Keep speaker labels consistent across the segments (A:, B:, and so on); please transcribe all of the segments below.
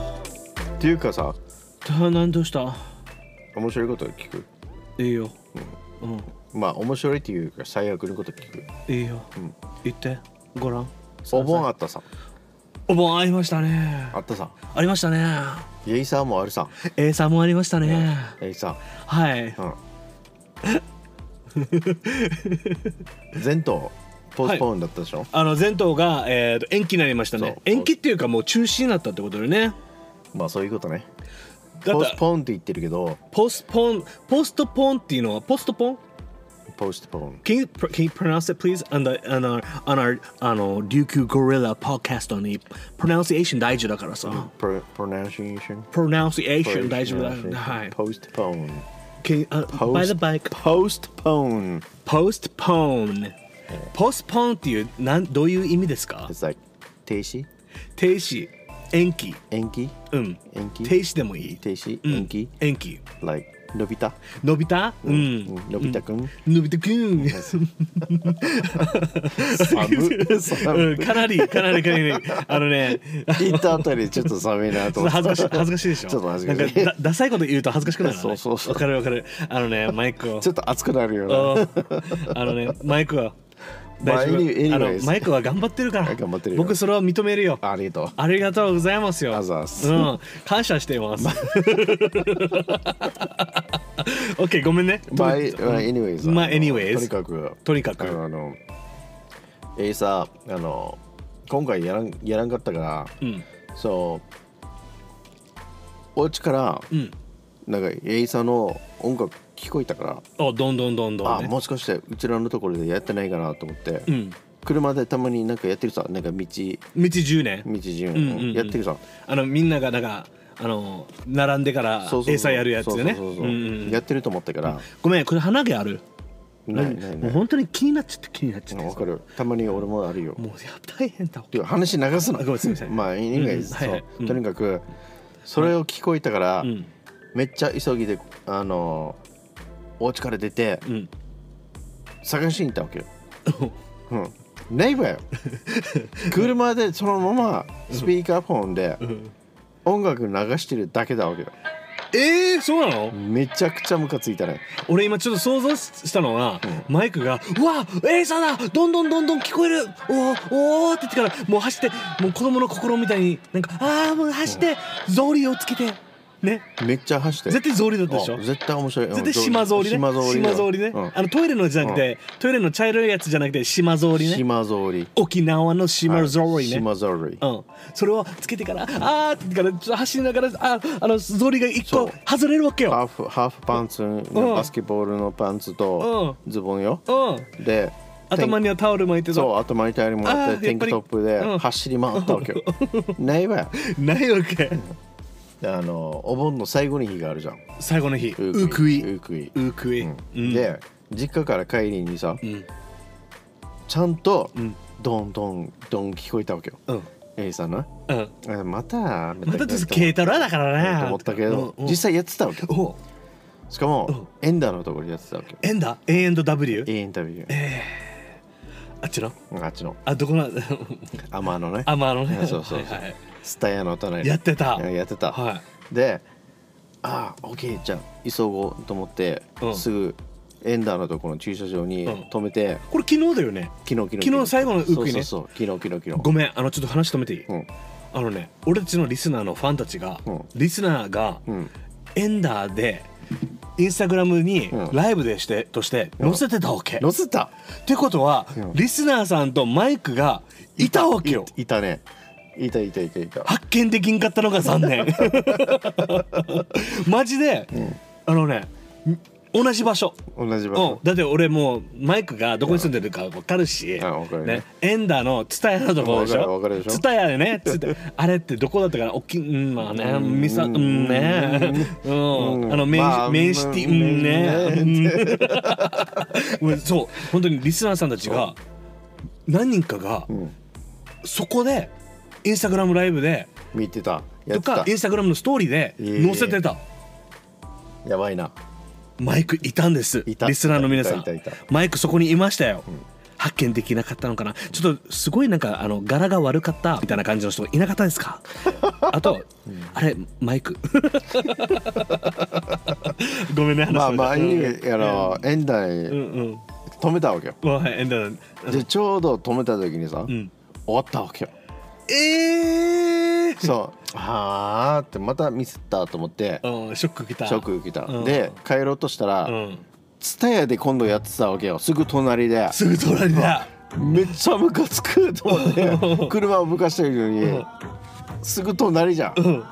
A: っていうかさ
B: たなんどうした
A: 面白いこと聞く
B: いいようん
A: まあ面白いっていうか最悪のこと聞く
B: いいよ
A: うん
B: 言ってごらん
A: お盆あったさ
B: お盆ありましたね
A: あったさ
B: ありましたね
A: イエイサーもある さ
B: A さんもありましたね
A: イエイサ
B: はい
A: ーうん前頭ポストポーンだったでしょ、
B: あの前頭が、えーと延期になりましたね
A: そう
B: 延期っていうかもう中止になったってことでね
A: まあそういうことね
B: だっ
A: ポス
B: て
A: トポーンって言ってるけど
B: ポスポンポストポンっていうのはポストポン
A: ポストポーン
B: Can you, pr- can you pronounce it please on the on our on our あの琉球ゴリラ podcast のに pronunciation 大事だからさ、
A: プロプロナンシエーション
B: pronunciation 大丈夫だ。はい。
A: ポストポーン
B: Can, uh, by the bike
A: postpone
B: postpone postpone っていうなんどういう意味ですか
A: it's like 停止
B: 停止延期
A: 延期
B: うん
A: 延期
B: 停止でもいい
A: 停止
B: うん
A: 延期、
B: 延期
A: like のび太
B: 伸びたう
A: うんのび太くん
B: 伸びたくん
A: 寒
B: う
A: 寒
B: んかなりかなりかなりあのね
A: 行ったあたりちょっと寒いなと思って
B: 恥ずかしい恥ずかしいでしょ
A: ちょっと恥ずかしい
B: なんかだダサいこと言うと恥ずかしくなるのね
A: そうそうそう
B: わかるわかるあのねマイクを
A: ちょっと暑くなるよう
B: あーあのねマイクは大丈
A: まあ
B: 夫
A: any- anyways
B: あのマイクは頑張ってるから
A: 頑張ってるよ
B: 僕それは認めるよ
A: なありがとう
B: ありがとうございますよ
A: あざっす
B: うん感謝しています OK ごめんね
A: まあ、anyways
B: まあ
A: の
B: anyways
A: とにかく
B: とにかく
A: あのあのエイサーあの今回やらんやらんかったから
B: うん
A: そうお家から
B: うん
A: なんかエイサーの音楽聞こえたから
B: おどんどんどんど
A: あ
B: んね
A: もしかしてうちらのところでやってないかなと思って、
B: うん
A: 車でたまになんかやってるさなんか道道
B: 道10年
A: 順、
B: んうんうん
A: やってるさ
B: あのみんながなんかあの並んでから
A: そうそうそう
B: 餌やるやつよね
A: そうそうそうそう
B: うんうん
A: やってると思ったから、
B: ごめんこれ鼻毛ある
A: ないない
B: も
A: な
B: う
A: い
B: 本当に気になっちゃって気になっちゃって
A: わかるたまに俺もあるよ
B: もうや大変だわ
A: てか話流すな
B: あごめんすいません
A: まあ anyways
B: うんはいはい
A: そう
B: うん
A: とにかくそれを聞こえたから、
B: うん
A: めっちゃ急ぎであのお家から出て
B: うん
A: 探しに行ったわけよ、うん、ネイバー よ車でそのままスピーカーフォンで音楽流してるだけだわけよ
B: えー、そうなの、
A: めちゃくちゃムカついたね
B: 俺今ちょっと想像したのは、マイクが「うわエイサーだどんどんどんどん聞こえるおーおー」って言ってからもう走ってもう子供の心みたいになんか「ああもう走って草履をつけて」ね
A: めっちゃ走って
B: 絶対草履だったでしょ
A: あ絶対面白いうん
B: 絶対島草履ね
A: 島草履だ
B: ね、
A: ようん
B: あのトイレのじゃなくて、トイレの茶色いやつじゃなくて島草履ね
A: 島草履
B: 沖縄の島草履ね、
A: 島草履
B: うん、それをつけてからあーって言ってからちょっと走りながらああの草履が一個
A: そう
B: 外れるわけよ
A: ハーフハーフパンツのバスケボールのパンツとズボンよ
B: うん
A: で
B: 頭にはタオル巻いてた
A: そう頭にタイルもあ
B: あー
A: ってテンクトップ
B: やっぱりう
A: で
B: ん
A: 走り回ったわ けよないわよ
B: ないわけ
A: であのお盆の最後の日があるじゃん
B: 最後の日
A: う
B: うくいう
A: くいう
B: くい、うん
A: で実家から帰りにさ
B: ん
A: ちゃんと
B: ん
A: ドンドンドン聞こえたわけよ
B: うん
A: A さんな
B: うん
A: あま
B: ま
A: た
B: たちょっと軽トラだからね
A: と思ったけど
B: うんうん
A: 実際やってたわけ
B: おう
A: しかもエンダーのところでやってたわけよ
B: エンダ A&W
A: インタビュ
B: あっちの
A: ーあっちの
B: あどこの
A: 天のね
B: あまああのね
A: そうそうそう
B: はいはい
A: スタヤの隣で
B: やってた
A: やってた、
B: は
A: でああ OK じゃあ急ごうと思って、
B: うん
A: すぐエンダーのところの駐車場に
B: うん
A: 止めて、
B: これ昨日だよね
A: 昨日昨日
B: 昨日最後のウークイね
A: そうそうそう昨日昨日昨日
B: ごめんあのちょっと話止めていい、
A: うん
B: あのね俺たちのリスナーのファンたちが、
A: うん
B: リスナーが、
A: うん
B: エンダーでインスタグラムに
A: うん
B: ライブでして、として載せてたわけ、
A: 乗せた
B: ってことは、
A: うん
B: リスナーさんとマイクがいたわけよ
A: いいたねいたいたいたいた
B: 発見できんかったのが残 念マジで、あのね同じ場所
A: 同じ場
B: うん
A: 所、、
B: だって俺もうマイクがどこに住んでるか分かるし、
A: うん分かるね
B: エンダーのツタヤのところでし
A: 分かる分
B: ょ
A: かるでしょ
B: ツタヤで ねつってあれってどこだったかなおっきうんまあねミサうんねうん、
A: うん
B: あのメイン、
A: まあ
B: メインシティうん
A: う
B: ねうん そう本当にリスナーさんたちが何人かが
A: うん
B: そこでインスタグラムライブで
A: 見てた
B: と
A: やって
B: か
A: た
B: インスタグラムのストーリーで載せてた、
A: やばいな
B: マイクいたんです
A: いた
B: リスナーの皆さん
A: いたいたいた
B: マイクそこにいましたよ、発見できなかったのかなちょっとすごいなんかあの柄が悪かったみたいな感じの人いなかったです かあと、あれマイク ごめんね話
A: まあ
B: それた
A: まあいい
B: うん
A: あの縁台
B: うん
A: 止
B: うん
A: めたわけよ
B: ごめんエンドだ
A: でちょうど止めた時にさ、
B: うん
A: 終わったわけよ
B: ええ
A: そう はあってまたミスったと思って
B: うんショックきた
A: ショック受けた、
B: うん
A: で帰ろうとした
B: う
A: ら
B: ん
A: ツタヤで今度やってたわけよすぐ隣です
B: ぐ隣だ
A: めっちゃムカつくと思っ
B: う
A: て 車をぶかしてるの
B: う
A: に
B: ん
A: すぐ隣じゃん
B: うん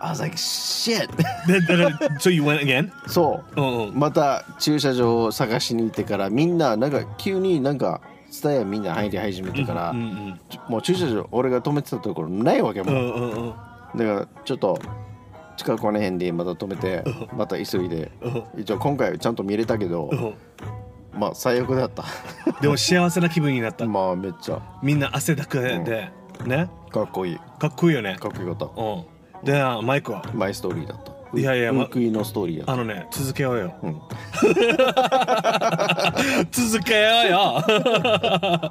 A: I was like shit
B: でだから so you went again
A: そう
B: うんうん
A: また駐車場を探しに行ってからみんななんか急になんかスタヤみんな入り始めてから、
B: うんうん
A: ちょもう駐車場俺が止めてたところないわけ
B: う
A: もう、
B: んうんうん
A: だからちょっと近くこの辺でまた止めてまた急いで
B: うん
A: 一応今回はちゃんと見れたけど、
B: うん
A: まあ最悪だった
B: でも幸せな気分になった
A: まあめっちゃ
B: みんな汗だくで、ね
A: かっこいい
B: かっこいいよね
A: かっこよかっ
B: うんでマイクは
A: たマイストーリーだった
B: いやいやま
A: ウイクイのストーリーだ
B: あ
A: っ
B: のね続けようよ
A: た、うん、
B: 続けようよ あ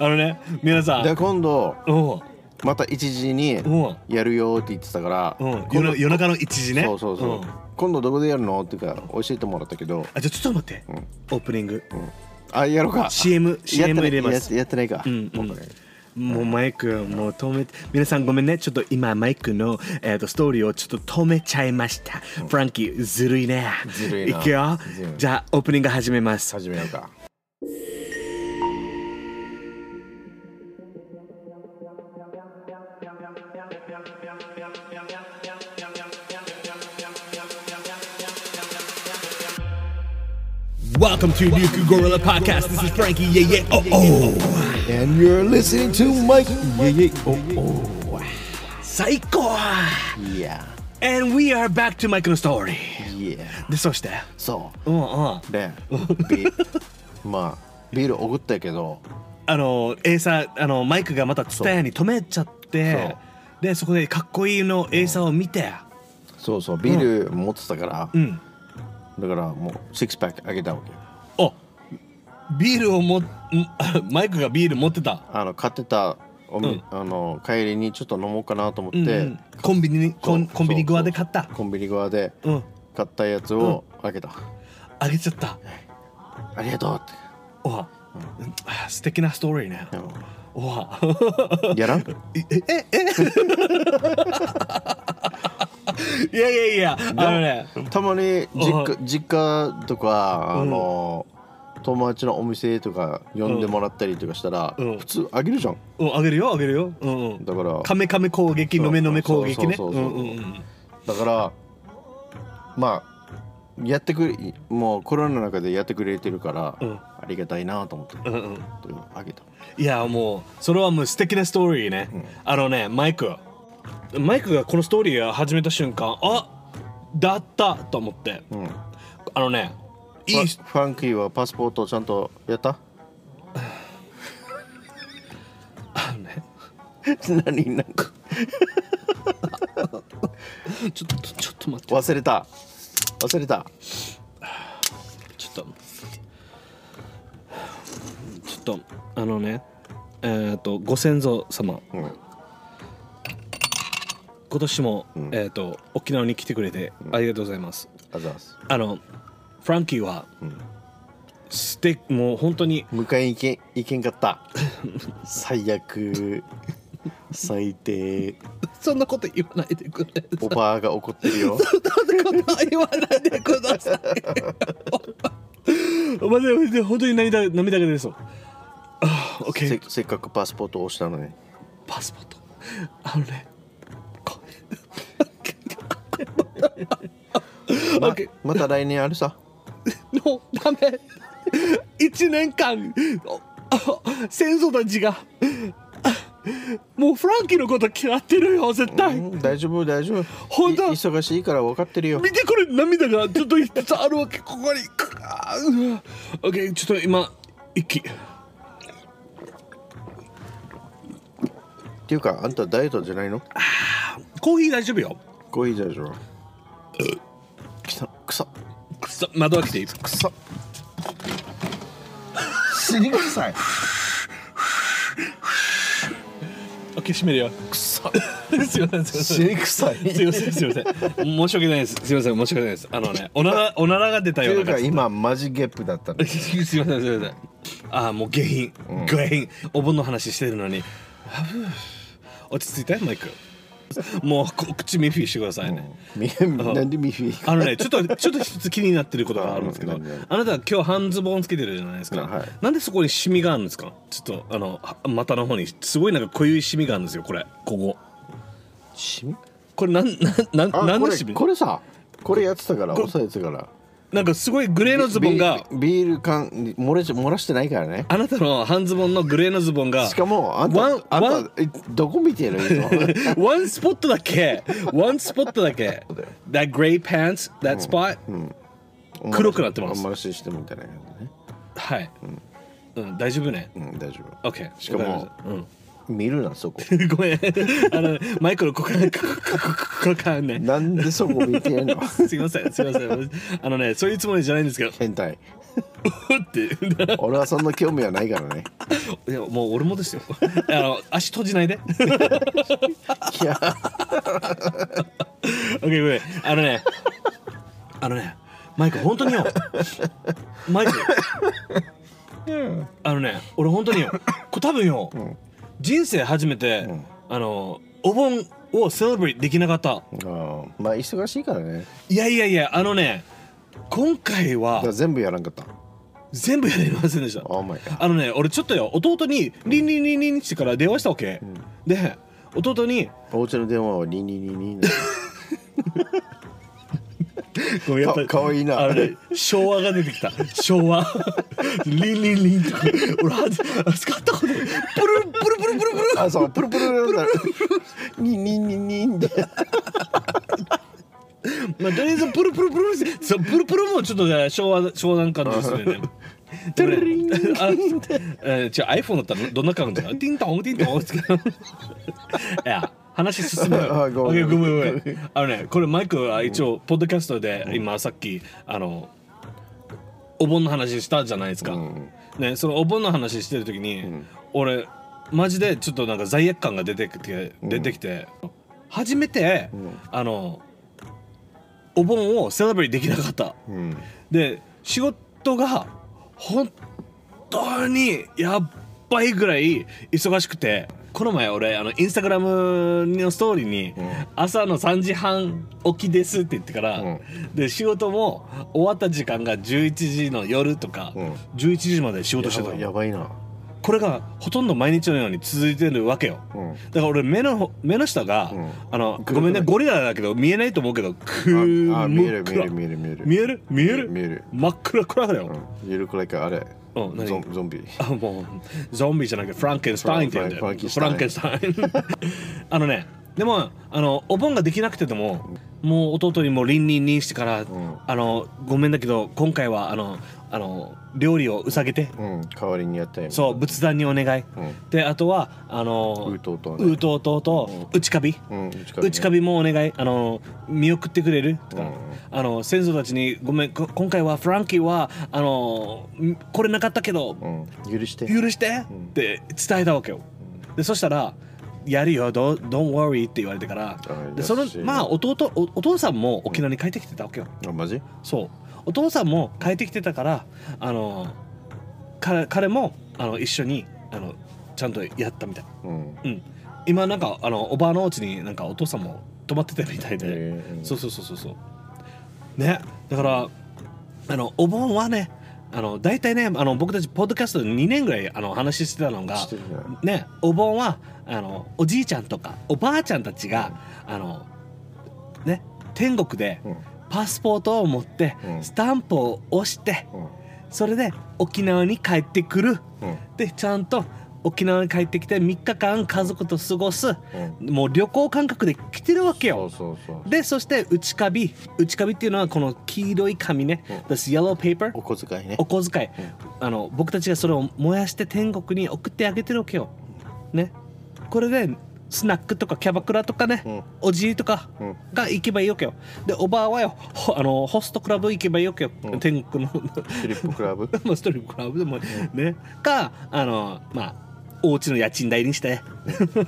B: のね皆さ
A: で
B: ん
A: 今度
B: うん
A: また1時に
B: うん
A: やるよって言ってたから、
B: うん
A: 今度
B: 夜夜中の1時ね
A: そうそうそう、
B: んあ
A: 今度どこでやるのっていうか教えてもらったけど
B: じゃあちょっと待って、
A: ん
B: オープニング
A: あやろうか
B: CMCM 入れま
A: やっ
B: す
A: てないやってないか、
B: うんうん
A: OK
B: もうマイクもう止めて皆さんごめんねちょっと今マイクの、えー、とストーリーをちょっと止めちゃいました、フランキーずるいね
A: ずるいな
B: くよ
A: ずるい
B: じゃあオープニング始めます
A: 始めようか
B: Welcome to Nuku Gorilla Podcast This is Frankie Yeah Yeah Oh Oh
A: And you're listening to Mike yeah, yeah. Oh,
B: 最高
A: oh. Yeah
B: And we are back to Mike の story
A: Yeah
B: でそして
A: そ
B: うんうん
A: うで ビールまあビールおごったけど
B: あのエーサーあのマイクがまたツタヤに止めちゃってでそこでかっこいいのエーサーを見て
A: そうそうビール持ってたから、
B: うん
A: だからもうシックスパックあげたわけよ
B: あビールをもん あマイクがビール持ってた
A: あの買ってたおみ、
B: うん
A: あの帰りにちょっと飲もうかなと思って、
B: うんうんコンビニにコン
A: そう
B: コンビニ側で買った
A: そうコンビニ側で
B: うん
A: 買ったやつを開けた、
B: あげちゃった
A: ありがとうって
B: わあ素敵なストーリーね
A: うん
B: わ
A: やらん
B: えええ いやいやいやあのね
A: たまに実家実家とか
B: う
A: あ
B: ん
A: の、友達のお店とか呼んでもらったりとかしたら、
B: うん
A: 普通あげるじゃん
B: うんあげるよあげるようんうん
A: だから
B: カメカメ攻撃
A: そう
B: のめのめ攻撃ね
A: そうそうそうそう
B: うんうんうん
A: だからまあやってくれもうコロナの中でやってくれてるから、
B: うん
A: ありがたいなと思って
B: うんうん
A: あげた
B: いやもうそれはもう素敵なストーリーね、あのねマイクマイクがこのストーリーを始めた瞬間あだったと思って、
A: ん
B: あのねいい
A: ファファンキーはパスポートちゃんと やった
B: あのね
A: 何なんか
B: ちょっとちょっと待って
A: 忘れた忘れた
B: ちょっとちょっとあのねえーっとご先祖様
A: うん
B: 今年も、えーっと沖縄に来てくれてありがとうございます、
A: あざます
B: あのフランキーは、ステもう本当に
A: 迎えに行け行けんかった最悪最低
B: そんなこと言わないでくれ
A: おばあが怒って るよ
B: そんなこと言わないでください。マジでマジで本当に涙涙が出そう。あー、オッケ
A: せ
B: ー。
A: せっかくパスポートを押したの に
B: パスポート。あのね。こ
A: ま
B: OK
A: また来年あるさ
B: のダメ。一年間おあ先祖たちがあもうフランキーのこと嫌ってるよ絶対。
A: うん大丈夫大丈夫
B: ほんと
A: い忙しいから分かってるよ
B: 見てこれ涙がちょっと一つあるわけここにくあーうわ OK ちょっと今息
A: っていうかあんたダイエットじゃないの
B: コーヒー大丈夫よ
A: コーヒー大丈夫くさくさ
B: くそ窓開けていい
A: くさ死に臭い
B: オッケー閉めるよくそすいませんす
A: 死
B: い
A: に臭い
B: ませんすいませんすいません申し訳ないですすいません申し訳ないですあのねおならおならが出た
A: とい
B: よう
A: う
B: な
A: か
B: 感じ
A: 今マジゲップだったの
B: すいませんすいませんああもう下品、下品お盆の話してるのにあぶー落ち着いてマイクもうこ口ミフィーしてくださいね、
A: みなんでミフィー
B: あのね、ちょっと、ちょっと一つ気になってることがあるんですけど、
A: うんうん
B: あなたは今日半ズボンつけてるじゃないですか。
A: はい
B: なんでそこにシミがあるんですか。ちょっと、あの、は股の方に、すごいなんか濃ゆいシミがあるんですよ、これ、ここ。
A: シミ
B: これ、なん、なん、な
A: あ
B: ん、なん
A: こ
B: の
A: れ
B: シミ。
A: これさこれやってたから押さえてたから
B: なんかすごいグレーのズボンが、
A: ビビール缶に漏れち漏らしてないからね
B: あなたの半ズボンのグレーのズボンが。
A: しかもあんた
B: ワン
A: あ
B: ワ
A: ん
B: ン
A: たえどこ見てるの
B: ワンスポットだけ、ワンスポットだけ。that gray pants, that spot、黒くなってます
A: あんまりしてみたいな感じね
B: はい。うん、大丈夫ね。
A: うん大丈
B: OK
A: しかも
B: わりましたうん
A: 夫見るなそこ
B: ごめん。あの、マイクの股間、股間ね。
A: なんでそこ見 てるの
B: すいません、すいません。あのね、そういうつもりじゃないんですけど、
A: 変態
B: って。
A: 俺はそんな興味はないからね
B: いや、もう俺もですよ。あの、足閉じないで。
A: いや
B: OK、ごめん。あのね、あのね、マイク、本当によ。マイク、あのね、俺本当によ。これ多分よ、人生初めて、あの、お盆をセレブレイトできなかった。
A: うんまあ忙しいからね
B: いやいやいや、あのね、今回
A: だ
B: は
A: から全部やらんかった
B: 全部やりませんでした。
A: Oh my god
B: あのね俺ちょっとよ弟にリンリンリンリンしてから電話したわけ、で弟に
A: お家の電話はリニリニ リ
B: ごめんやっぱり
A: かかわいいな
B: あのね昭和が出てきた昭 和リンリンリンとか俺はず使ったことないプルンプルプルプルプル
A: あそうプルプルプルプルプルニニニニンで
B: まあとりあえずプルプルプルそうプルプルもちょっとね昭和昭和なんかのですよね
A: トゥルリン
B: あえー違う iPhone だったらどんな感じだティントンティントンつけいや話進むよ
A: あごめん
B: OK ごめんごめんあのねこれマイクは一応ポッドキャストで今さっきあのお盆の話したじゃないですか、
A: ん
B: ねそのお盆の話してる時に、俺マジでちょっとなんか罪悪感が出てきて出てきて、初めて、あのお盆をセレブレイトできなかった、
A: うん
B: で仕事が本当にやっばいぐらい忙しくてこの前俺あのインスタグラムのストーリーに「朝の3時半起きです」って言ってから、
A: うん
B: で仕事も終わった時間が11時の夜とか、
A: うん
B: 11時まで仕事してたの
A: やばいな
B: これがほとんど毎日のように続いてるわけよ、
A: うん
B: だから俺目のほ目の下が、
A: うん
B: あの
A: 黒い
B: ごめんねゴリラだけど見えないと思うけどく
A: ああ見える見える見える見える
B: 見える見える
A: 見える
B: 真っ暗暗だよ、
A: うんゆるくらいかあれ
B: うん何
A: ゾンゾンビ
B: あもうゾンビじゃなくてフランケンスタインって言うんだよ
A: フラン
B: フランケンスタイン あのねでもあのお盆ができなくてでももう弟にもうリンリンリンしてから、
A: ん
B: あのごめんだけど今回はあのあの料理をうさげて、
A: うん代わりにやったよ
B: そう仏壇にお願い、
A: ん
B: であとはあの
A: ウートウトね
B: ウートウトウと内カビ、
A: うん内カビね
B: 内カビもお願いあの見送ってくれるとか、あの先祖たちにごめんこ今回はフランキーはあのんこれなかったけど、
A: うん許して
B: 許して、って伝えたわけよ、でそしたらやるよ、don't, don't worry って言われてから
A: あ、
B: でその
A: 優しいね
B: まあ弟おお父さんも沖縄に帰ってきてたわけよ、
A: あマジ
B: そうお父さんも帰ってきてたからあの彼彼もあの一緒にあのちゃんとやったみたい
A: うん
B: うん、今なんかあのおばあのお家になんかお父さんも泊まってたみたいで、
A: へえ
B: そうそうそうそうそうねだからあのお盆はねあの大体ねあの僕たちポッドキャストで2年ぐらいあの話してたのが
A: してる
B: ねお盆はあのおじいちゃんとかおばあちゃんたちが、あのね天国で
A: うん
B: パスポートを持って、
A: うん
B: スタンプを押して、
A: うん
B: それで沖縄に帰ってくる、
A: うん
B: でちゃんと沖縄に帰ってきて3日間家族と過ごす、
A: う
B: もう旅行感覚で来てるわけ
A: そ
B: よ
A: うそうそう
B: でそして内カビ内カビっていうのはこの黄色い紙ね、This yellow paper
A: お小遣いね
B: お小遣い、あの僕たちがそれを燃やして天国に送ってあげてるわけよねこれでスナックとかキャバクラとかね、
A: うん
B: おじいとか
A: うん
B: が行けばいいわけよでおばあはよほあのホストクラブ行けばいいわけよ、
A: うん
B: 天国の
A: フィリップク ラブ
B: まあストリップクラブでもねかあのまあお家の家賃代にして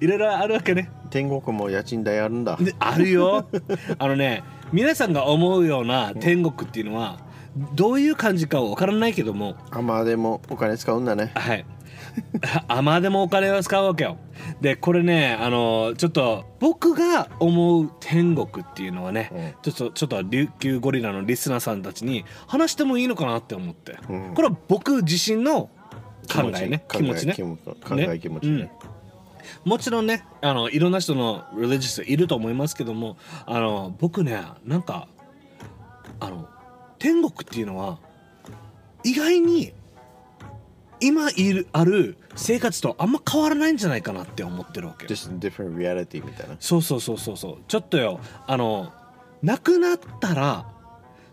B: いろいろあるわけね
A: 天国も家賃代あるんだ
B: であるよあのね皆さんが思うような天国っていうのはどういう感じかは分からないけども
A: あまあでもお金使うんだね
B: はい あまあでもお金を使うわけよでこれねあのちょっと僕が思う天国っていうのはね、ちょっとちょっと琉球ゴリラのリスナーさんたちに話してもいいのかなって思って、
A: うん
B: これは僕自身の考えね
A: 気
B: 気
A: 持
B: 持
A: ち
B: ち
A: ね
B: ね
A: 気持ち考え気持ち
B: うん
A: ね
B: もちろんねあのいろんな人のリリジスいると思いますけどもあの僕ねなんかあの天国っていうのは意外に今いるある生活とあんま変わらないんじゃないかなって思ってるわけよ
A: just different reality みたいな
B: そうそうそうそうそうちょっとよあの亡くなったら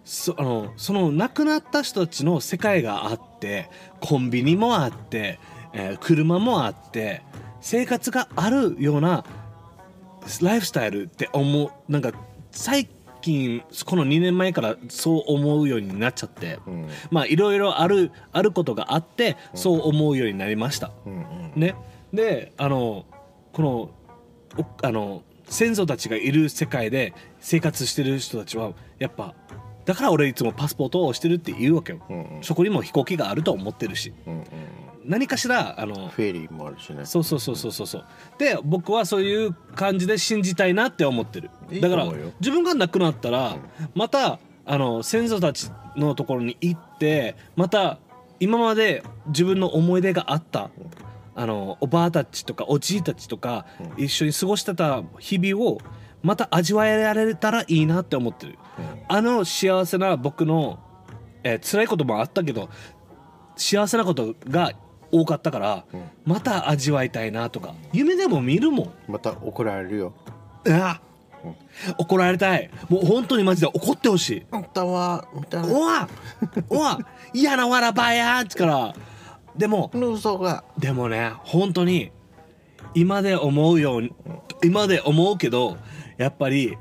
B: そあのその亡くなった人たちの世界があってコンビニもあって、えー車もあって生活があるようなライフスタイルって思うなんか最近この2年前からそう思うようになっちゃって、
A: うん
B: まあいろいろあるあることがあってそう思うようになりました。
A: うんうん
B: ね、であのこのおあの先祖たちがいる世界で生活してる人たちはやっぱだから俺いつもパスポートをしてるって言うわけよ、
A: うんうん
B: そこにも飛行機があると思ってるし
A: うんうん
B: 何かしらあの
A: フェリーもあるしね
B: そうそうそうそうそうそうで僕はそういう感じで信じたいなって思ってる
A: いいと
B: だか
A: 思う
B: ら
A: よ
B: 自分が亡くなったら、またあの先祖たちのところに行ってまた今まで自分の思い出があった、あのおばあたちとかおじいたちとか、一緒に過ごしてた日々をまた味わえられたらいいなって思ってる、あの幸せな僕の、えー辛いこともあったけど幸せなことが多かったから、また味わいたいなとか夢でも見るもん
A: また怒られるよ
B: ああ怒られたいもう本当にマジで怒ってほしい
A: あんたはみたい
B: おわおわ嫌なわらばやっつからでも
A: な嘘が
B: でもね本当に今で思うように今で思うけどやっぱり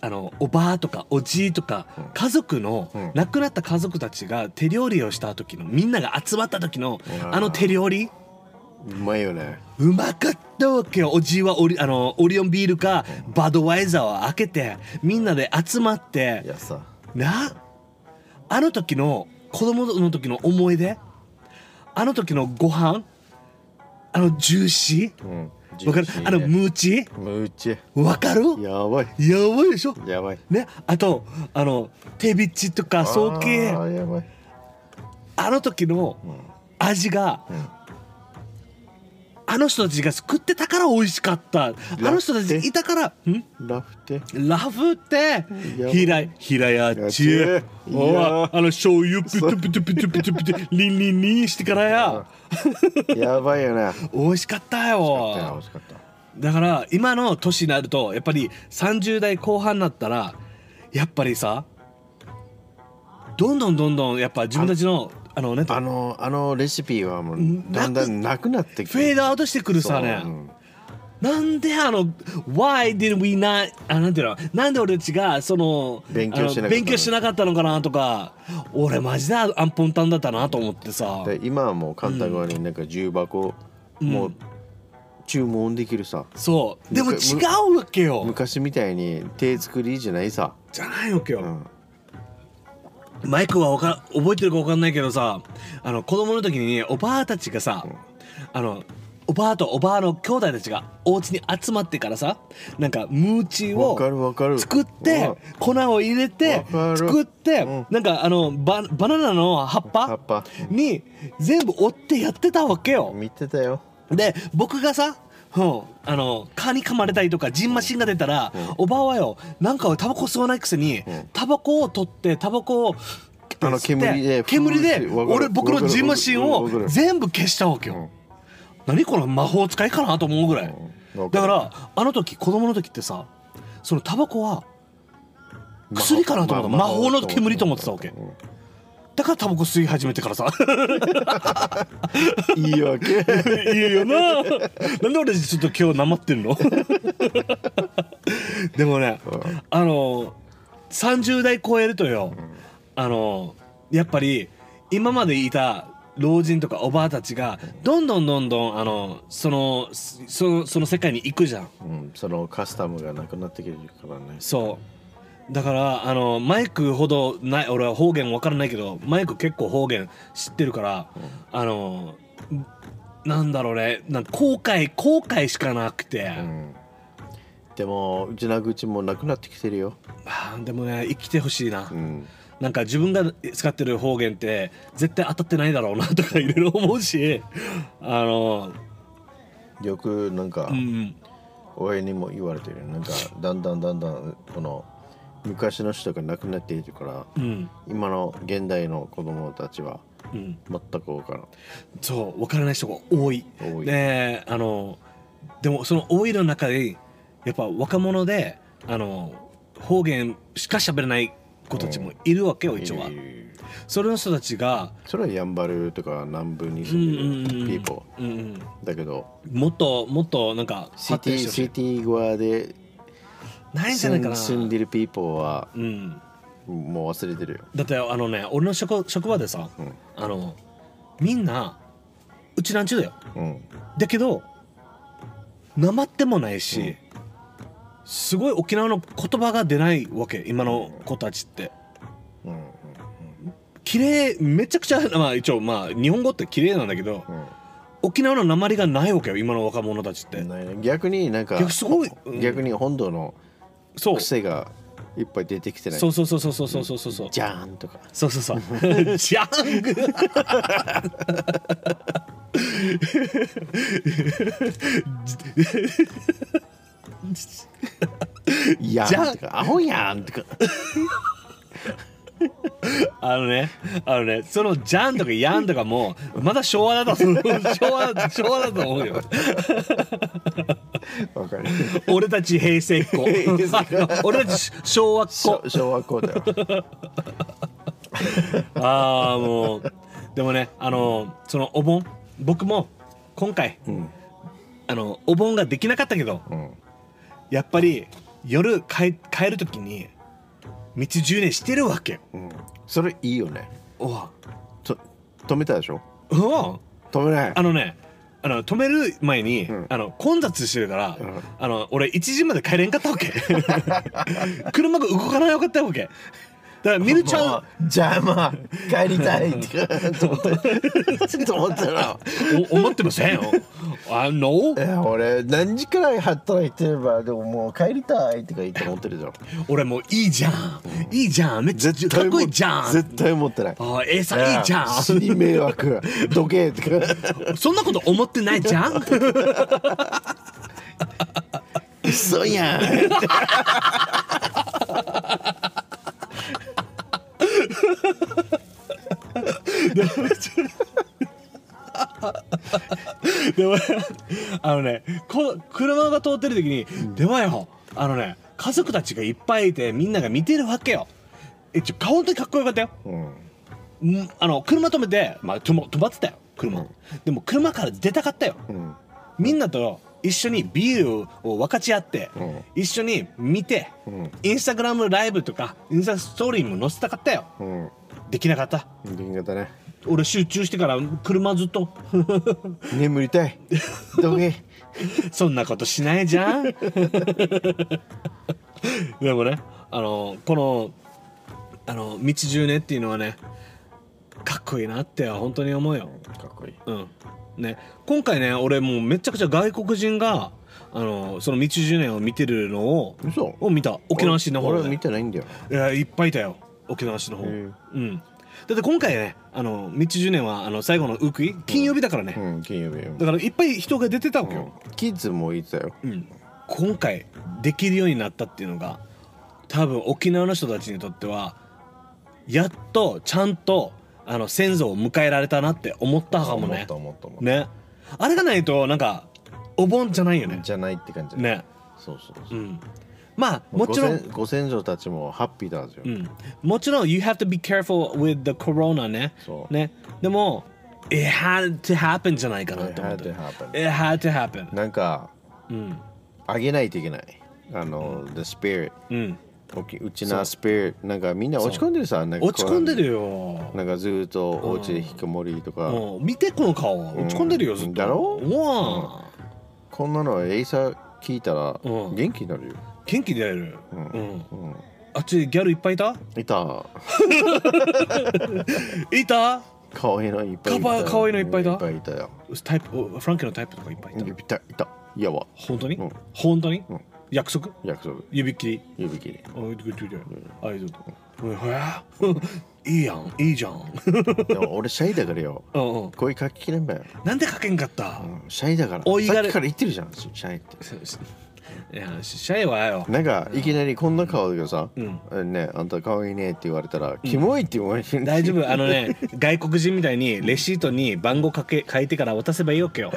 B: あのおばあとかおじいとか家族の、
A: うん
B: 亡くなった家族たちが手料理をした時のみんなが集まった時の
A: うん
B: あの手料理
A: うまいよね
B: うまかったわけよおじいはオリあのオリオンビールかバドワイザーを開けてみんなで集まって
A: いやさ
B: なあの時の子供の時の思い出あの時のご飯あのジューシ
A: うん
B: ーわかる
A: ジューシーね
B: あのムーチ
A: むうち
B: わかる
A: やばい
B: やばいでしょ
A: やばい
B: ねあとあの手びちとか早慶
A: あーやばい
B: あの時の味が、
A: ん
B: あの人たちが作ってたから美味しかったあの人たちいたからん
A: ラフテ
B: ラフって
A: や
B: ひらひらやちゅ
A: いや
B: おわあの醤油プトゥプトゥプトゥプトゥプト ゥリンリンリンしてからや
A: やばいよね
B: 美味しかったよ
A: 惜しかった
B: だから今の年になるとやっぱり30代後半になったらやっぱりさどんどんどんどんやっぱ自分たちのあのなんていうの
A: あのあのレシピはもうだんだんなくなってき
B: フ
A: て
B: ェードアウトしてくるさね、なんであの Why did we not あなんていうのなんで俺たちがその
A: 勉強しなかったの
B: あの勉強しなかったのかなとか俺マジでアンポンタンだったなと思ってさ
A: で今はもう簡単になんか重箱もう注文できるさ
B: そうでも違
A: む
B: うわけよ
A: 昔みたいに手作りじゃないさ
B: じゃないわけよ、
A: ん
B: マイクはわか覚えてるか分かんないけどさあの子供の時におばあたちがさ、あのおばあとおばあの兄弟たちがお家に集まってからさなんかムーチー
A: わかるわかる
B: を作って粉を入れて
A: わかる
B: 作って、
A: うん
B: なんかあのババナナの葉っ
A: 葉
B: ぱ
A: っぱ
B: に全部折ってやってたわけよ。
A: 見てたよ
B: で僕がさ、うん、あの蚊に噛まれたりとかジンマシンが出たら、おばあはよなんかタバコ吸わないくせに、タバコを取ってタバコを
A: あの
B: 吸って
A: 煙で
B: 煙
A: ふ
B: で
A: ーってわかる
B: 俺僕のジンマシンを
A: わかるわかる
B: 全部消したわけよ、何この魔法使いかなと思うぐらい、
A: うんわか
B: だか
A: る
B: らあの時子供の時ってさそのタバコは薬かなと思った魔
A: ま
B: 法の煙と思ってたわけ、だからタバコ吸い始めてからさ
A: 言い 訳
B: いいよななんで俺ちょっと今日なまってん のでもね
A: うん
B: あの30代超えるとよ、あのやっぱり今までいた老人とかおばあたちがどんどんどんどんあのそのそのその世界に行くじゃん
A: うん、そのカスタムがなくなってくるからね
B: そうだからあのマイクほどない俺は方言わからないけどマイク結構方言知ってるから、あのなんだろうねなん後悔後悔しかなくて、
A: うんでもうちな口もなくなってきてるよ、
B: あーでもね生きてほしいな、
A: うん、
B: なんか自分が使ってる方言って絶対当たってないだろうなとかいろいろ思うしあの
A: よくなんか
B: うん
A: 親にも言われてるなんかだんだんだんだんこの昔の人が亡くなっているから
B: うん
A: 今の現代の子供たちは
B: うん
A: 全く分からん
B: そう分からない人が多い
A: 多い
B: であのでもその多いの中でやっぱ若者であの方言しか喋れない子たちもいるわけよ一応はい
A: るいる
B: それの人たちが
A: それはヤンバルとか南部に住んでるピーポ
B: うんうん
A: ーだけど
B: もっともっとなんか
A: シティ
B: 発展して
A: シ
B: ほし
A: ティ側
B: い
A: で
B: ないんじゃないか
A: 住ん
B: な
A: 住んでるピーポーは
B: うん
A: もう忘れてるよ
B: だってあのね俺の職職場でさ、
A: うん
B: あのみんなうちなんちゅうだよ
A: うん
B: だけどなまってもないし、すごい沖縄の言葉が出ないわけ今の子たちって
A: うんうん
B: 綺麗めちゃくちゃまあ一応まあ日本語って綺麗なんだけど
A: うん
B: 沖縄のなまりがないわけよ今の若者たちって、
A: ないね逆になんか
B: 逆すごいうん
A: 逆に本土の
B: そうそ
A: 癖がいっぱい出てきてない
B: そうそうそうそうそうそうそうそう
A: じゃーんとか
B: そうそうそう。 ジャング。
A: や
B: じゃ
A: ーんとかアホやんとか
B: あのね、あのね、そのジャンとかヤンとかも、まだ昭和だと思う。昭和、昭和だと思うよ。
A: わかる
B: 俺たち平成っ子。俺たち昭和っ子
A: そ。昭和校だよ
B: ああ、もう。でもね、あの、そのお盆、僕も今回、
A: うん
B: あの、お盆ができなかったけど、
A: うん
B: やっぱり夜帰帰るときに、道10年してるわけよ。
A: うんそれいいよね
B: おわ
A: と止めたでしょ
B: うん
A: 止めない
B: あのねあの止める前に、
A: ん
B: あの混雑してるから、
A: うん
B: あの俺1時まで帰れんかったわけ車が動かないよかったわけだからミルちゃん
A: 邪魔帰りたいってと思 ってちょっと思ったら
B: お思ってませんよあの
A: え俺何時くらい働いてればでももう帰りたいとか言って思ってるじゃん
B: 俺もういいじゃんいいじゃんめっちゃ
A: 絶
B: か
A: 対
B: っ
A: も
B: こいいじゃんあ
A: 絶対思ってない
B: ーええさんいいじゃん
A: 死に迷惑どけとか
B: そんなこと思ってないじゃん
A: 嘘やん
B: でも あのねこ車が通ってる時に、でもよあのね家族たちがいっぱいいてみんなが見てるわけよえちょ本当にかっこよかったよ
A: うん
B: んあの車止めて、まあ、とも止まってたよ車、でも車から出たかったよ
A: うん
B: みんなと一緒にビールを分かち合って、
A: うん
B: 一緒に見て、
A: うん
B: インスタグラムライブとかインスタストーリーも載せたかったよ
A: うん
B: できなかった
A: できんかったね
B: 俺集中してから車ずっと
A: 眠りたいどけ
B: そんなことしないじ ゃんでもねあのこのあの道10年っていうのはねかっこいいなって本当に思うよ、
A: かっこいい
B: うんね、今回ね俺もうめちゃくちゃ外国人があのその道10年を見てるのを
A: 嘘
B: を見た沖縄市の方
A: 俺
B: で
A: は見
B: い
A: てないんだよ
B: やいっぱいいたよ沖縄市の方、
A: へえ
B: うんだって今回ねあの道10年はあの最後のウクイ金曜日だからね、
A: うん金曜日
B: だからいっぱい人が出てたわけよ、
A: キッズも言ってたよ
B: うん今回できるようになったっていうのが多分沖縄の人たちにとってはやっとちゃんとあの先祖を迎えられたなって思ったかも
A: も
B: ね
A: っともっともっと
B: ねあれがないとなんかお盆じゃないよね
A: じゃないって感じ
B: ね
A: そうそう
B: う
A: そうん
B: まあもちろん
A: ご先祖たちもハッピーなんですよ、
B: うんもちろん you have to be careful with the corona ね
A: そう
B: ねでも it had to happen じゃないかな
A: It
B: と思っ
A: had
B: て
A: to happen.
B: it had to happen
A: なんか
B: うん
A: あげないといけないあの、the spirit
B: うん
A: おきうちなスピリットなんかみんな落ち込んでるさなんか
B: 落ち込んでる
A: よ
B: よ
A: なんかずっとお家で引きこもりとか、
B: うん見てこの顔落ち込んでるよずっと
A: だろ
B: うわあ
A: こんなのエイサー聞いたら
B: うん
A: 元気になるよ、
B: 元気出る
A: うん
B: うん
A: うん
B: あっちギャルいっぱいいた
A: いた
B: いた
A: 可愛いのいっぱいい
B: かわ
A: た
B: 可愛いのいっぱいいた
A: いっぱいいたよ
B: タイプおフランケンのタイプとかいっぱいいた
A: いたいたいやわ
B: 本当に
A: うん
B: 本当に
A: うん
B: 約束
A: 約束
B: 指切り
A: 指切り
B: あいてくれてあいつとうんへえ いいやんいいじゃん
A: でも俺シャイだからよ
B: うんうん
A: 声かききれんばよ、
B: なんで書けんかった
A: うん、シャイだから
B: おいが
A: さっ
B: る
A: きから言ってるじゃんシャイって
B: いやシャイはよ
A: なんかいきなりこんな顔でさ、
B: うん
A: ねあんた可愛いねって言われたら、キモいって言われる
B: 大丈 夫あのね外国人みたいにレシートに番号かけ書いてから渡せばいいわけ よ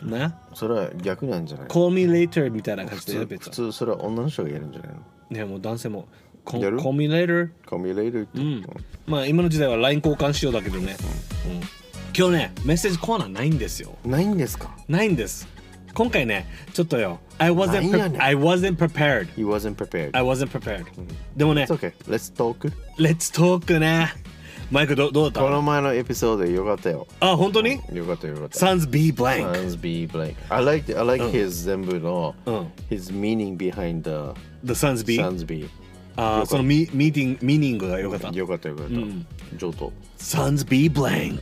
B: な
A: それは逆なんじゃない
B: Call me later みたいな感
A: 普
B: じでや
A: 通
B: る別
A: 普
B: に
A: 通それは女の人がやるんじゃないの
B: ねもう男性も Call
A: やる
B: call me later
A: コミュレールっ
B: う
A: て、
B: んまあ今の時代は LINE 交換しようだけどね、うん今日ねメッセージコーナーないんですよ
A: ないんですか
B: ないんです今回ねちょっとよ I
A: な
B: wasn't
A: いよね
B: pre- I wasn't prepared
A: He wasn't prepared
B: I wasn't prepared、でもね
A: It's okay Let's talk
B: Let's talk ねマイクどどうだ
A: こ
B: っ
A: の前のエピソードよかったよ
B: たあ本当に
A: よかったよかった
B: Sons be blank
A: Hans B. Blank I like I like his 全部の、
B: うん
A: his meaning behind the
B: The Sons be
A: Sans B
B: あーそのミミーティングミーニングがよかった
A: よかったよかった、上等
B: Sons be blank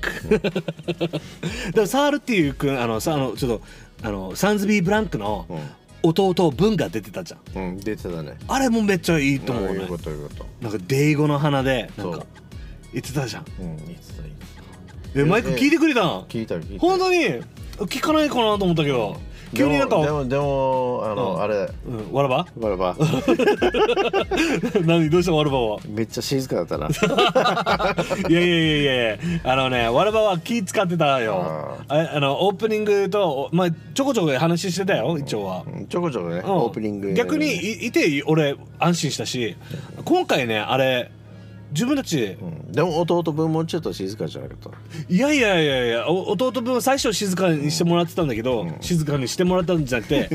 B: でもサールっていうくんあのさあのちょっとあの Sons be blank の弟文が出てたじゃん
A: うん出てたね
B: あれもめっちゃいいと思う
A: よ
B: ね
A: かったよかった
B: なんかデイゴの花でなん
A: そ
B: か
A: う
B: 言ってたじゃん
A: うんいつだいつだ
B: えマイク聞いてくれたん
A: 聞いた聞いた
B: 本当に聞かないかなと思ったけど急になんか
A: でもでもでもあの、
B: うん
A: あれ
B: うんわらば
A: わらば
B: 何どうしたわらばは
A: めっちゃ静かだったな
B: いやいやいやいやあのねわらばは気使ってたよ
A: あ
B: ああのオープニングとまあちょこちょこ話してたよ一応は、
A: うんちょこちょこね、
B: うん
A: オープニング
B: 逆にいいて俺安心したし今回ねあれ自分たち
A: うんでも弟分もちょっと静かじゃなかった
B: いやいやいやいやお弟分は最初静かにしてもらってたんだけど、静かにしてもらったんじゃなく て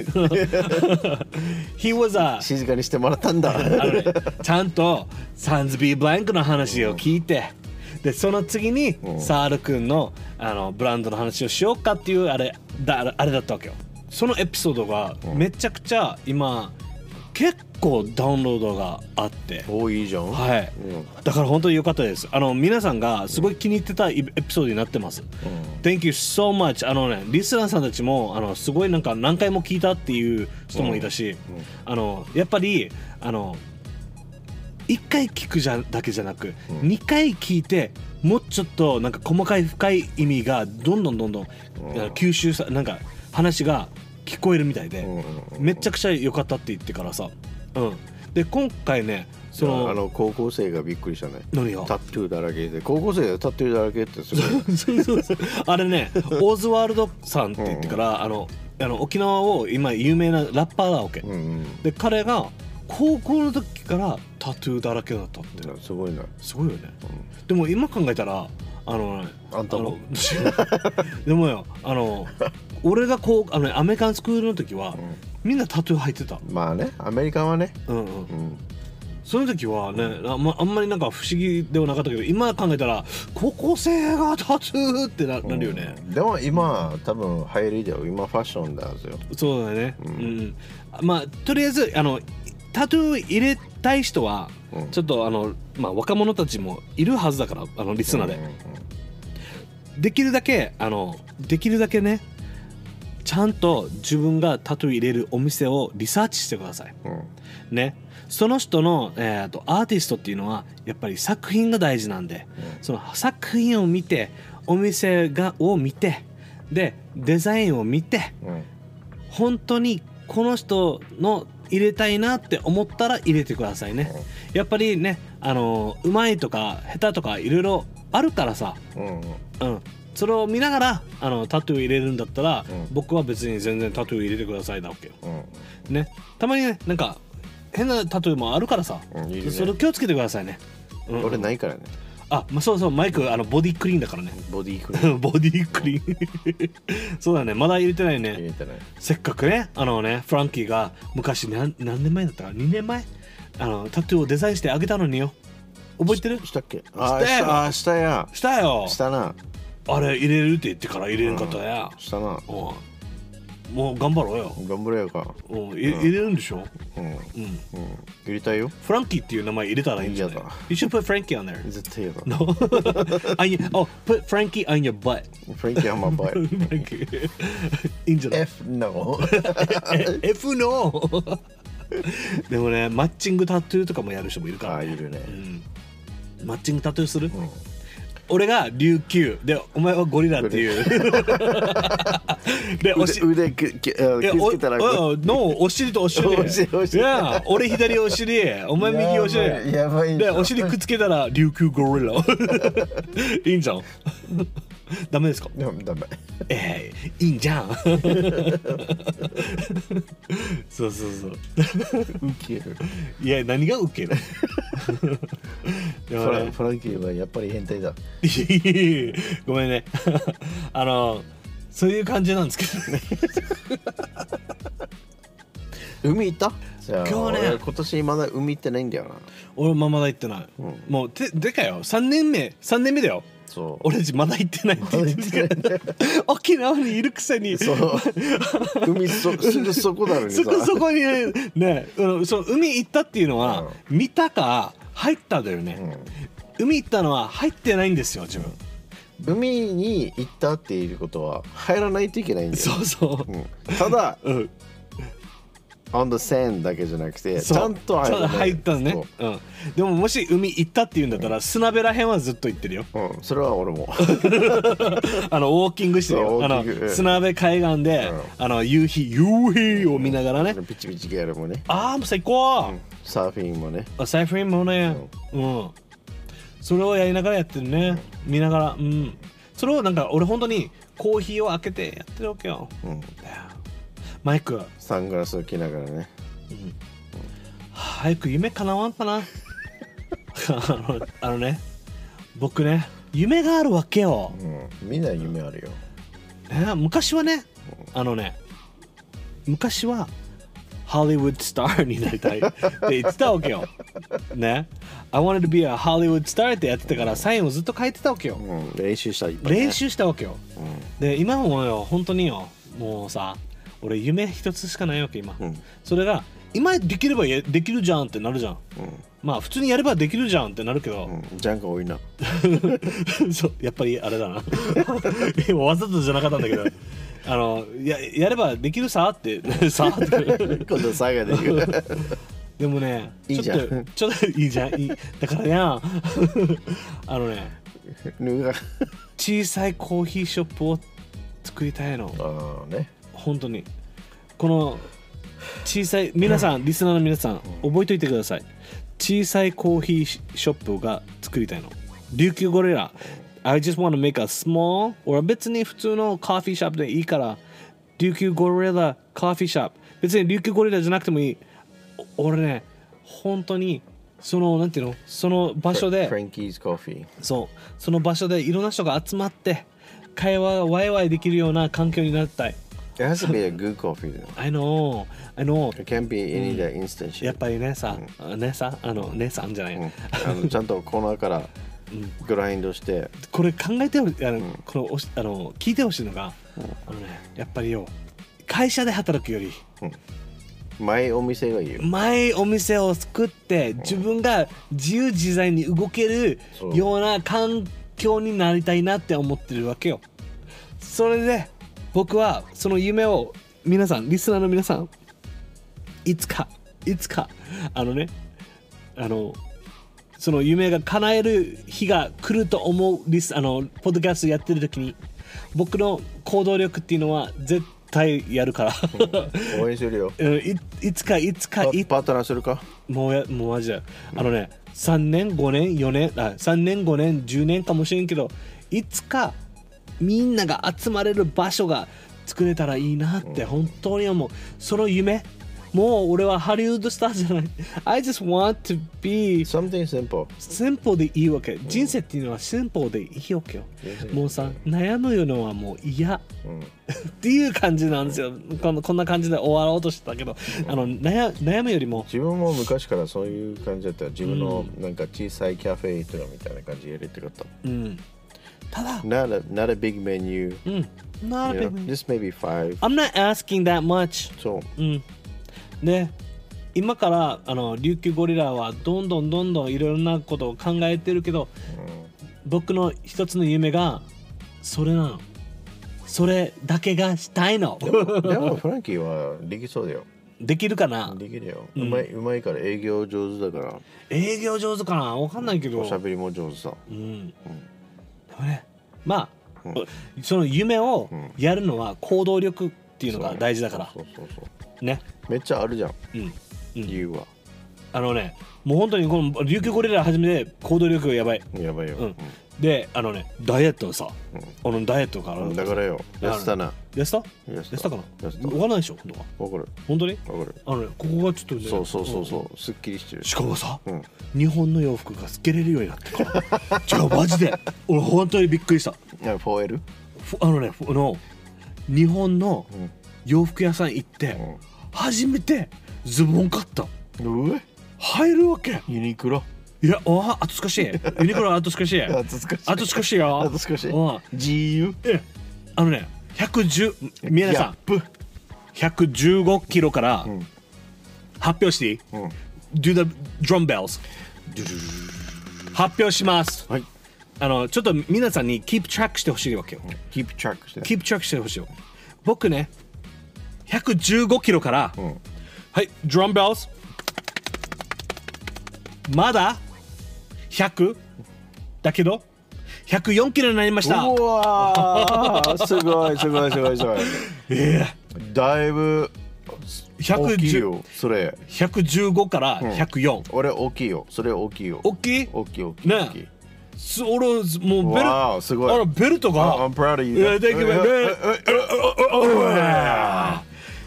B: He was a
A: 静かにしてもらったんだ
B: あのねちゃんとサンズビーブランクの話を聞いて、でその次に
A: うん
B: サール君のあのブランドの話をしようかっていうあれだあれだったわけよそのエピソードがめちゃくちゃ今結構ダウンロードがあって、
A: おいいじゃん
B: はい
A: うん
B: だから本当に良かったですあの皆さんがすごい気に入ってたエピソードになってます、Thank you so much あのねリスナーさんたちもあのすごいなんか何回も聞いたっていう人もいたし、あのやっぱりあの1回聞くじゃだけじゃなく、2回聞いてもうちょっとなんか細かい深い意味がどんどんどんどん、あの吸収さなんか話が聞こえるみたいで、めちゃくちゃ良かったって言ってからさ、うん、で今回ねその
A: あの高校生がびっくりしたね
B: 何が
A: タトゥーだらけで高校生がタトゥーだらけってすご い
B: そうそうそうあれねオズワルドさんって言ってから、あのあの沖縄を今有名なラッパーだわけ、
A: うんうん
B: で彼が高校の時からタトゥーだらけだったって
A: すごいな
B: すごいよね、でも今考えたらあのね
A: あんたも
B: の でもよあの俺がこうあのねアメリカンスクールの時は、みんなタトゥー入ってた
A: まあねアメリカはね
B: うんうん
A: うん
B: その時はね、あんまあんまりなんか不思議ではなかったけど今考えたら高校生がタトゥーってななるよね、
A: でも今多分流行りだよ今ファッションだはずよ
B: そうだね、うんまあとりあえずあのタトゥー入れたい人は、
A: うん
B: ちょっとあの、まあ、若者たちもいるはずだからあのリスナーで、
A: うんうん
B: できるだけあのできるだけねちゃんと自分がタトゥー入れるお店をリサーチしてください
A: うん
B: ねその人の、えー、とアーティストっていうのはやっぱり作品が大事なんで、その作品を見てお店がを見てでデザインを見て、
A: うん
B: 本当にこの人の入れたいなって思ったら入れてくださいね、やっぱりねあのうまいとか下手とかいろいろあるからさ、
A: うんうん
B: うん、それを見ながらあのタトゥー入れるんだったら、
A: うん
B: 僕は別に全然タトゥー入れてくださいなわけよ
A: うん
B: ねたまにねなんか変なタトゥーもあるからさ、
A: うんいるね
B: それ気をつけてくださいね、うん
A: 俺ないからね
B: あ、まあ、そうそうマイクあのボディクリーンだからね
A: ボディークリーム
B: ボディクリーン そうだねまだ入れてないね
A: 入れてない
B: せっかくねあのねフランキーが昔何何年前だったか2年前あのタトゥーをデザインしてあげたのによ覚えてる
A: したっけあ
B: したよ
A: あしたや
B: したよ
A: したな
B: あれ入れるって言ってから入れる方や、
A: したな
B: うんもう頑張ろうよ、
A: 頑張れよか
B: うん、い入れるんでしょ、
A: うんうん
B: うん、
A: 入れたいよ
B: フランキーっていう名前入れたらいいんじゃない
A: 嫌だ
B: You should put Frankie on there
A: 絶対やだ
B: No on your, Oh put Frankie on your butt
A: フランキーはま ばい
B: Frankie いいんじゃない
A: F no
B: え F の でもねマッチングタトゥーとかもやる人もいるから
A: あいるね
B: マッチングタトゥーする、俺が琉球でお前はゴリラって いうでおし
A: 腕腕くくあ
B: いや
A: 気
B: お
A: をつけたらこ
B: うんのお尻とお尻
A: お尻お尻
B: いや俺左お尻お前右お尻
A: やばいやばい
B: でお尻くっつけたら琉球ゴ リラいいんじゃんダメですか
A: うでもダメ
B: ええいいんじゃ んそうそうそう
A: ウケる
B: いや何がウケるでも
A: フ
B: ね
A: ランフランキーはやっぱり変態だ
B: いえいえいえごめんねあのそういう感じなんですけどね
A: 海行ったじゃあ
B: 今日ね
A: 俺今年まだ海行ってないんだよな
B: 俺ままだ行ってない、もうてでかよ3年目3年目だよ
A: そう
B: 俺たちまだ行ってないって言ってたから沖縄にいるくせに
A: そう海そすぐそこなのにさ
B: そこそこにねねあのその海行ったっていうのは、見たか入ったんだよね、海行ったのは入ってないんですよ自分、
A: 海に行ったっていうことは入らないといけないんだよ、
B: そうそう、
A: うんただ
B: うん、
A: on the sand だけじゃなくてち
B: そう
A: ゃんと入
B: ちゃんと
A: る
B: 入ったのねう、ん、でももし海行ったっていうんだったら、砂辺らへんはずっと行ってるよ
A: そううん、それは俺も
B: あのウォーキングしてるよ
A: そうウォ
B: あ
A: ー
B: の
A: キングうん
B: 砂辺海岸で、
A: う
B: あの夕日夕日を見ながらね、
A: ピチピチギャルもね
B: ああもう最高、
A: サーフィンもね
B: あサイフリンもねうん、それをやりながらやってるね見ながらうんそれをなんか俺本当にコーヒーを開けてやってるわけよ、
A: ん
B: マイク
A: サングラスを着ながらね
B: 早く夢叶わん かなあのあのね僕ね夢があるわけよ、
A: うんみんな夢あるよ
B: ね昔はねあのね昔はハリウッドスターになりたいって言ってたわけよ。ね。I wanted to be a Hollywood star ってやってたからサインをずっと書いてたわけよ。
A: うん練習したいっぱいね
B: 練習したわけよ。で、今もよ、本当によ、もうさ、俺夢一つしかないわけ今。
A: ん
B: それが、今できればやできるじゃんってなるじゃん。まあ普通にやればできるじゃんってなるけど、
A: うんジャンク多 いな
B: そうやっぱりあれだな今わざとじゃなかったんだけどあのややればできるさってさって
A: 今度サーができる
B: でもね
A: いいじゃん
B: ちょっとちょっといいじゃんいいだからやあのね
A: 脱が
B: 小さいコーヒーショップを作りたいの
A: ああね
B: 本当にこの小さい皆さん、リスナーの皆さん覚えておいてください小さいコーヒーショップが作りたいの琉球ゴリラ I just want to make a small or 別に普通のコーヒーショップでいいから琉球ゴリラコーヒーショップ別に琉球ゴリラじゃなくてもいいお俺ね本当にそのなんていうのその場所で
A: フランキーズコーヒー
B: そうその場所でいろんな人が集まって会話がワイワイできるような環境になりたい
A: It has to be a good coffee though
B: I know, I know.
A: It can't be any of the instant shit
B: やっぱりねさ、ねさ、あの、ねさんじゃない。
A: うんあのちゃんとコーナーからグラインドして
B: これ考えてほあの、このおしあの聞いてほしいのが、あのね、やっぱりよ、会社で働くより、
A: 前お店がいいよ
B: 前お店を作って、自分が自由自在に動ける
A: そう
B: ような環境になりたいなって思ってるわけよ。それで、僕はその夢を、皆さん、リスナーの皆さん、いつか、いつか、あのね、あの、その夢が叶える日が来ると思うリスあのポッドキャストやってる時に僕の行動力っていうのは絶対やるから
A: 応援するよ
B: うんいいつかいつか
A: パ
B: い
A: パートナーするか
B: もうやもうマジだよあのね3年5年4年あ3年5年10年かもしれんけどいつかみんなが集まれる場所が作れたらいいなって本当に思うその夢もう俺はハリウッドスターじゃない I just want to be
A: Something simple.
B: 先方でいいわけ人生っていうのは先方でいいわけよもうさ悩むのはもう嫌
A: うん
B: っていう感じなんですよこのこんな感じで終わろうとしてたけどあの悩悩むよりも
A: 自分も昔からそういう感じだった自分のなんか小さいカフェイトみたいな感じでやりたかった。
B: うんただ
A: Not a, not a big menu.
B: うん
A: You
B: not a
A: know,
B: big man.
A: this may be five.
B: I'm not asking that much
A: そ
B: う
A: う。
B: んで今からあの琉球ゴリラはどんどんどんどんいろんなことを考えてるけど僕の一つの夢がそれなのそれだけがしたいの
A: でもフランキーはできそうだよ。
B: できるかな
A: できるよ。うまい、うまいから営業上手だから、
B: 営業上手かなわかんないけど
A: おしゃべりも上手さ。
B: うん、でもねまあ、その夢をやるのは行動力っていうのが大事だから
A: そうそうそうそ
B: ね
A: う。めっちゃあるじゃん。
B: うん
A: 理由は。
B: あのねもう本当にこの琉球ゴリラはじめて行動力がやばい
A: やばいよ。
B: うん
A: うん
B: であのねダイエットをさ、あのダイエットから
A: だからよ。
B: だから
A: やったな。
B: やした
A: や
B: や
A: し
B: したたかな
A: や
B: わ
A: した
B: かんないでしょ本当は
A: わかる。
B: 本当に
A: わかる。
B: あのねここがちょっとね
A: そうそうそう
B: う
A: そ
B: ん
A: う。すっきりしてる。
B: しかもさ、
A: うん
B: 日本の洋服が透けれる ようになってから違うマジで俺本当にびっくりした
A: あ 4L?
B: ふあのねふあの日本の
A: ん
B: 洋服屋さん行って、
A: ん
B: 初めてズボン買った
A: うえ
B: 入るわけ
A: ユニクロ。
B: いやおあと少しユニクロあと少 し
A: あと少し
B: あと少しよ
A: あと少し。
B: うん
A: GU?
B: えあのね110皆さん
A: ギャッ
B: 115キロから
A: ん
B: 発表していい、
A: プ。うん。
B: Do the drum bells 発表します
A: はい。
B: あのちょっと皆さんに keep track してほしいわけよ、
A: Keep track して。
B: keep track してほしいよ僕ね115キロから、
A: ん
B: はいドラムベルズまだ100だけど104キロになりました
A: うわーすごいすごいすごいすごい。
B: え
A: だいぶ
B: え
A: 大きい
B: 110
A: よ。それ。
B: 115から104、
A: 俺大きいよ。それ大きいよ。
B: 大きい
A: 大きい大きい
B: ね
A: 大きい。
B: す俺もうベル
A: わあすごい
B: あのベルトが
A: I'm proud of you.
B: いや thank you, man.
A: ええええ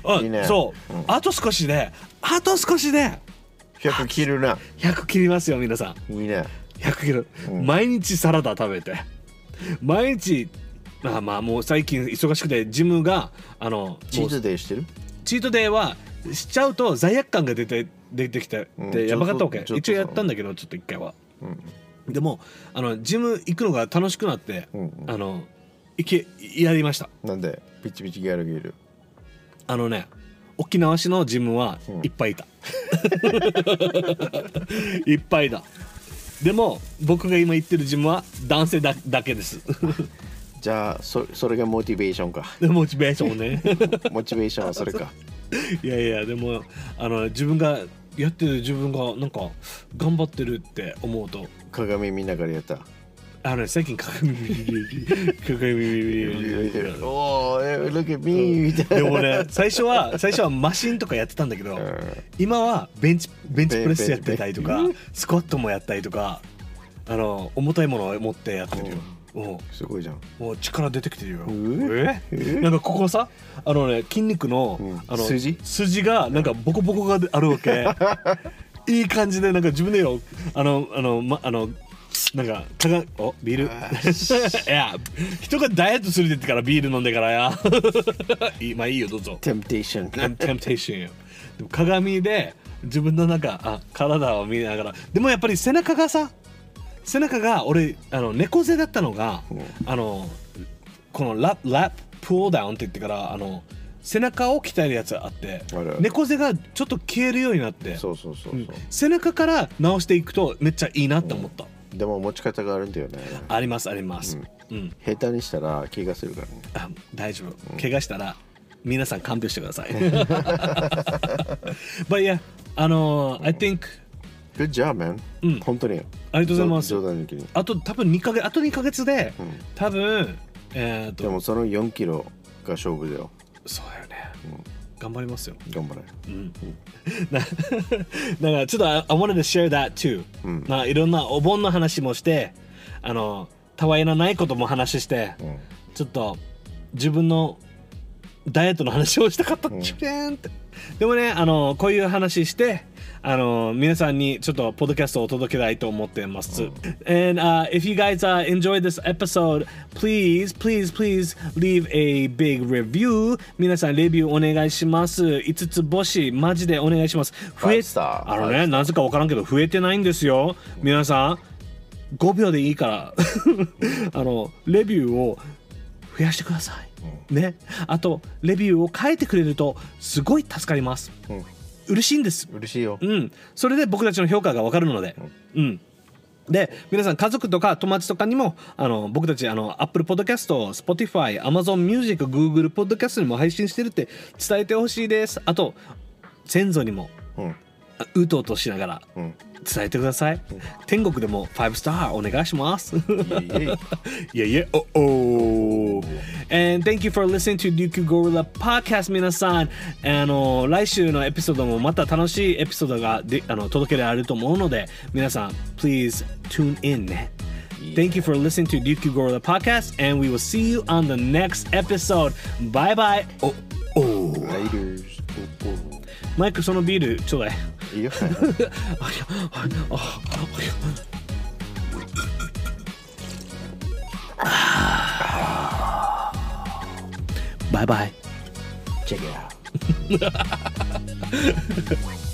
B: あ
A: いいね
B: そう、あと少しであと少しで
A: 100切るな。
B: 100切りますよ皆さん
A: いいね。
B: 100キロ、毎日サラダ食べて毎日まあまあもう最近忙しくてジムがあの
A: チ
B: も
A: ー
B: う
A: ズデーしてる
B: チートデイはしちゃうと罪悪感が出て出てきて、
A: うん
B: でやばかったわけ
A: ちょっと
B: 一応やったんだけどちょっと一回は、でもあのジム行くのが楽しくなって、
A: うんうん
B: あの行けやりました
A: なんでピチピチギャルギール。
B: あのね沖縄市のジムは
A: うん
B: いっぱいいた、 いっぱいだでも僕が今行ってるジムは男性だだけです
A: じゃあそそれがモチベーションか。
B: モチベーションね
A: モチベーションはそれか。
B: いやいやでもあの自分がやってる自分がなんか頑張ってるって思うと
A: 鏡見ながらやった。
B: あのね最近鏡見る鏡見る
A: おお、え look at me みたいな。
B: でもね最初は最初はマシンとかやってたんだけど今はベンチベンチプレスやってたりとか
A: ベンベン
B: スクワットもやったりとかあの重たいものを持ってやってるようん
A: すごいじゃん。
B: もう力出てきてるよ
A: ええ
B: なんかここさあのね筋肉の,、
A: ん
B: あの
A: 筋
B: 筋がなんかボコボコがあるわ けいい感じでなんか自分でよあのあの,、ま、あのなんかかがおビール いや人がダイエットするって言ってからビール飲んでからや いいまあいいよどうぞ
A: Temptation。
B: Temptation よでも鏡で自分の中あ体を見ながらでもやっぱり背中がさ背中が俺あの猫背だったのが、あのこのラップラッププーダウンって言ってからあの背中を鍛えるやつあって
A: あるある
B: 猫背がちょっと消えるようになって
A: そうそうそうそう。
B: 背中から直していくとめっちゃいいなって思った、
A: でも持ち方があるんだよね。
B: ありますあります、うん
A: 下手にしたら怪我するからね。
B: あ 大丈夫怪我したら皆さん勘弁してください But yeah あのー I think
A: Good job, man.
B: うん
A: 本当に。あ
B: ありがとうございます
A: 冗談抜きに。
B: あと多分2ヶ月あと2ヶ月で、多分えっ、
A: で
B: と
A: もその4キロが勝負だよ。
B: そうだよね、頑張りますよ
A: 頑張れ。
B: な だからちょっと I I wanted to share that too、まあいろんなお盆の話もしてあのたわいのないことも話して、ちょっと自分のダイエットの話をしたかったんちゅねんって、でもねあのこういう話してあの皆さんにちょっとポッドキャストを届けたいと思ってます、And、uh, if you guys、uh, enjoyed this episode please please please leave a big review 皆さんレビューお願いします5つ星マジでお願いします増え
A: ファイブスター
B: あの
A: ファイブスタ
B: ね
A: ー
B: なぜか分からんけど増えてないんですよ皆さん5秒でいいからあのレビューを増やしてください、ねあとレビューを書いてくれるとすごい助かります、
A: ん
B: 嬉しいんです
A: 嬉しいよ
B: うんそれで僕たちの評価が分かるのでうんで皆さん家族とか友達とかにもあの僕たちあの Apple Podcast、Spotify、Amazon Music、Google Podcast にも配信してるって伝えてほしいですあと先祖にも
A: うん
B: あうとうとしながら
A: うん
B: 伝えてください、天国でも5スターお願いします
A: イエイイエイ
B: Yeah, yeah. Oh, oh. And thank you for listening to Ryukyu Gorilla Podcast, 皆さん。あの、来週のエピソードもまた楽しいエピソードがであの届けられると思うので、皆さん、please tune in ね。Thank you for listening to Ryukyu Gorilla Podcast, and we will see you on the next episode. Bye bye. Oh, oh.
A: ライルズ
B: マイク、そのビールちょうだい。
A: いいよ
B: ありゃありゃあありゃバイバイ。
A: チェックアウト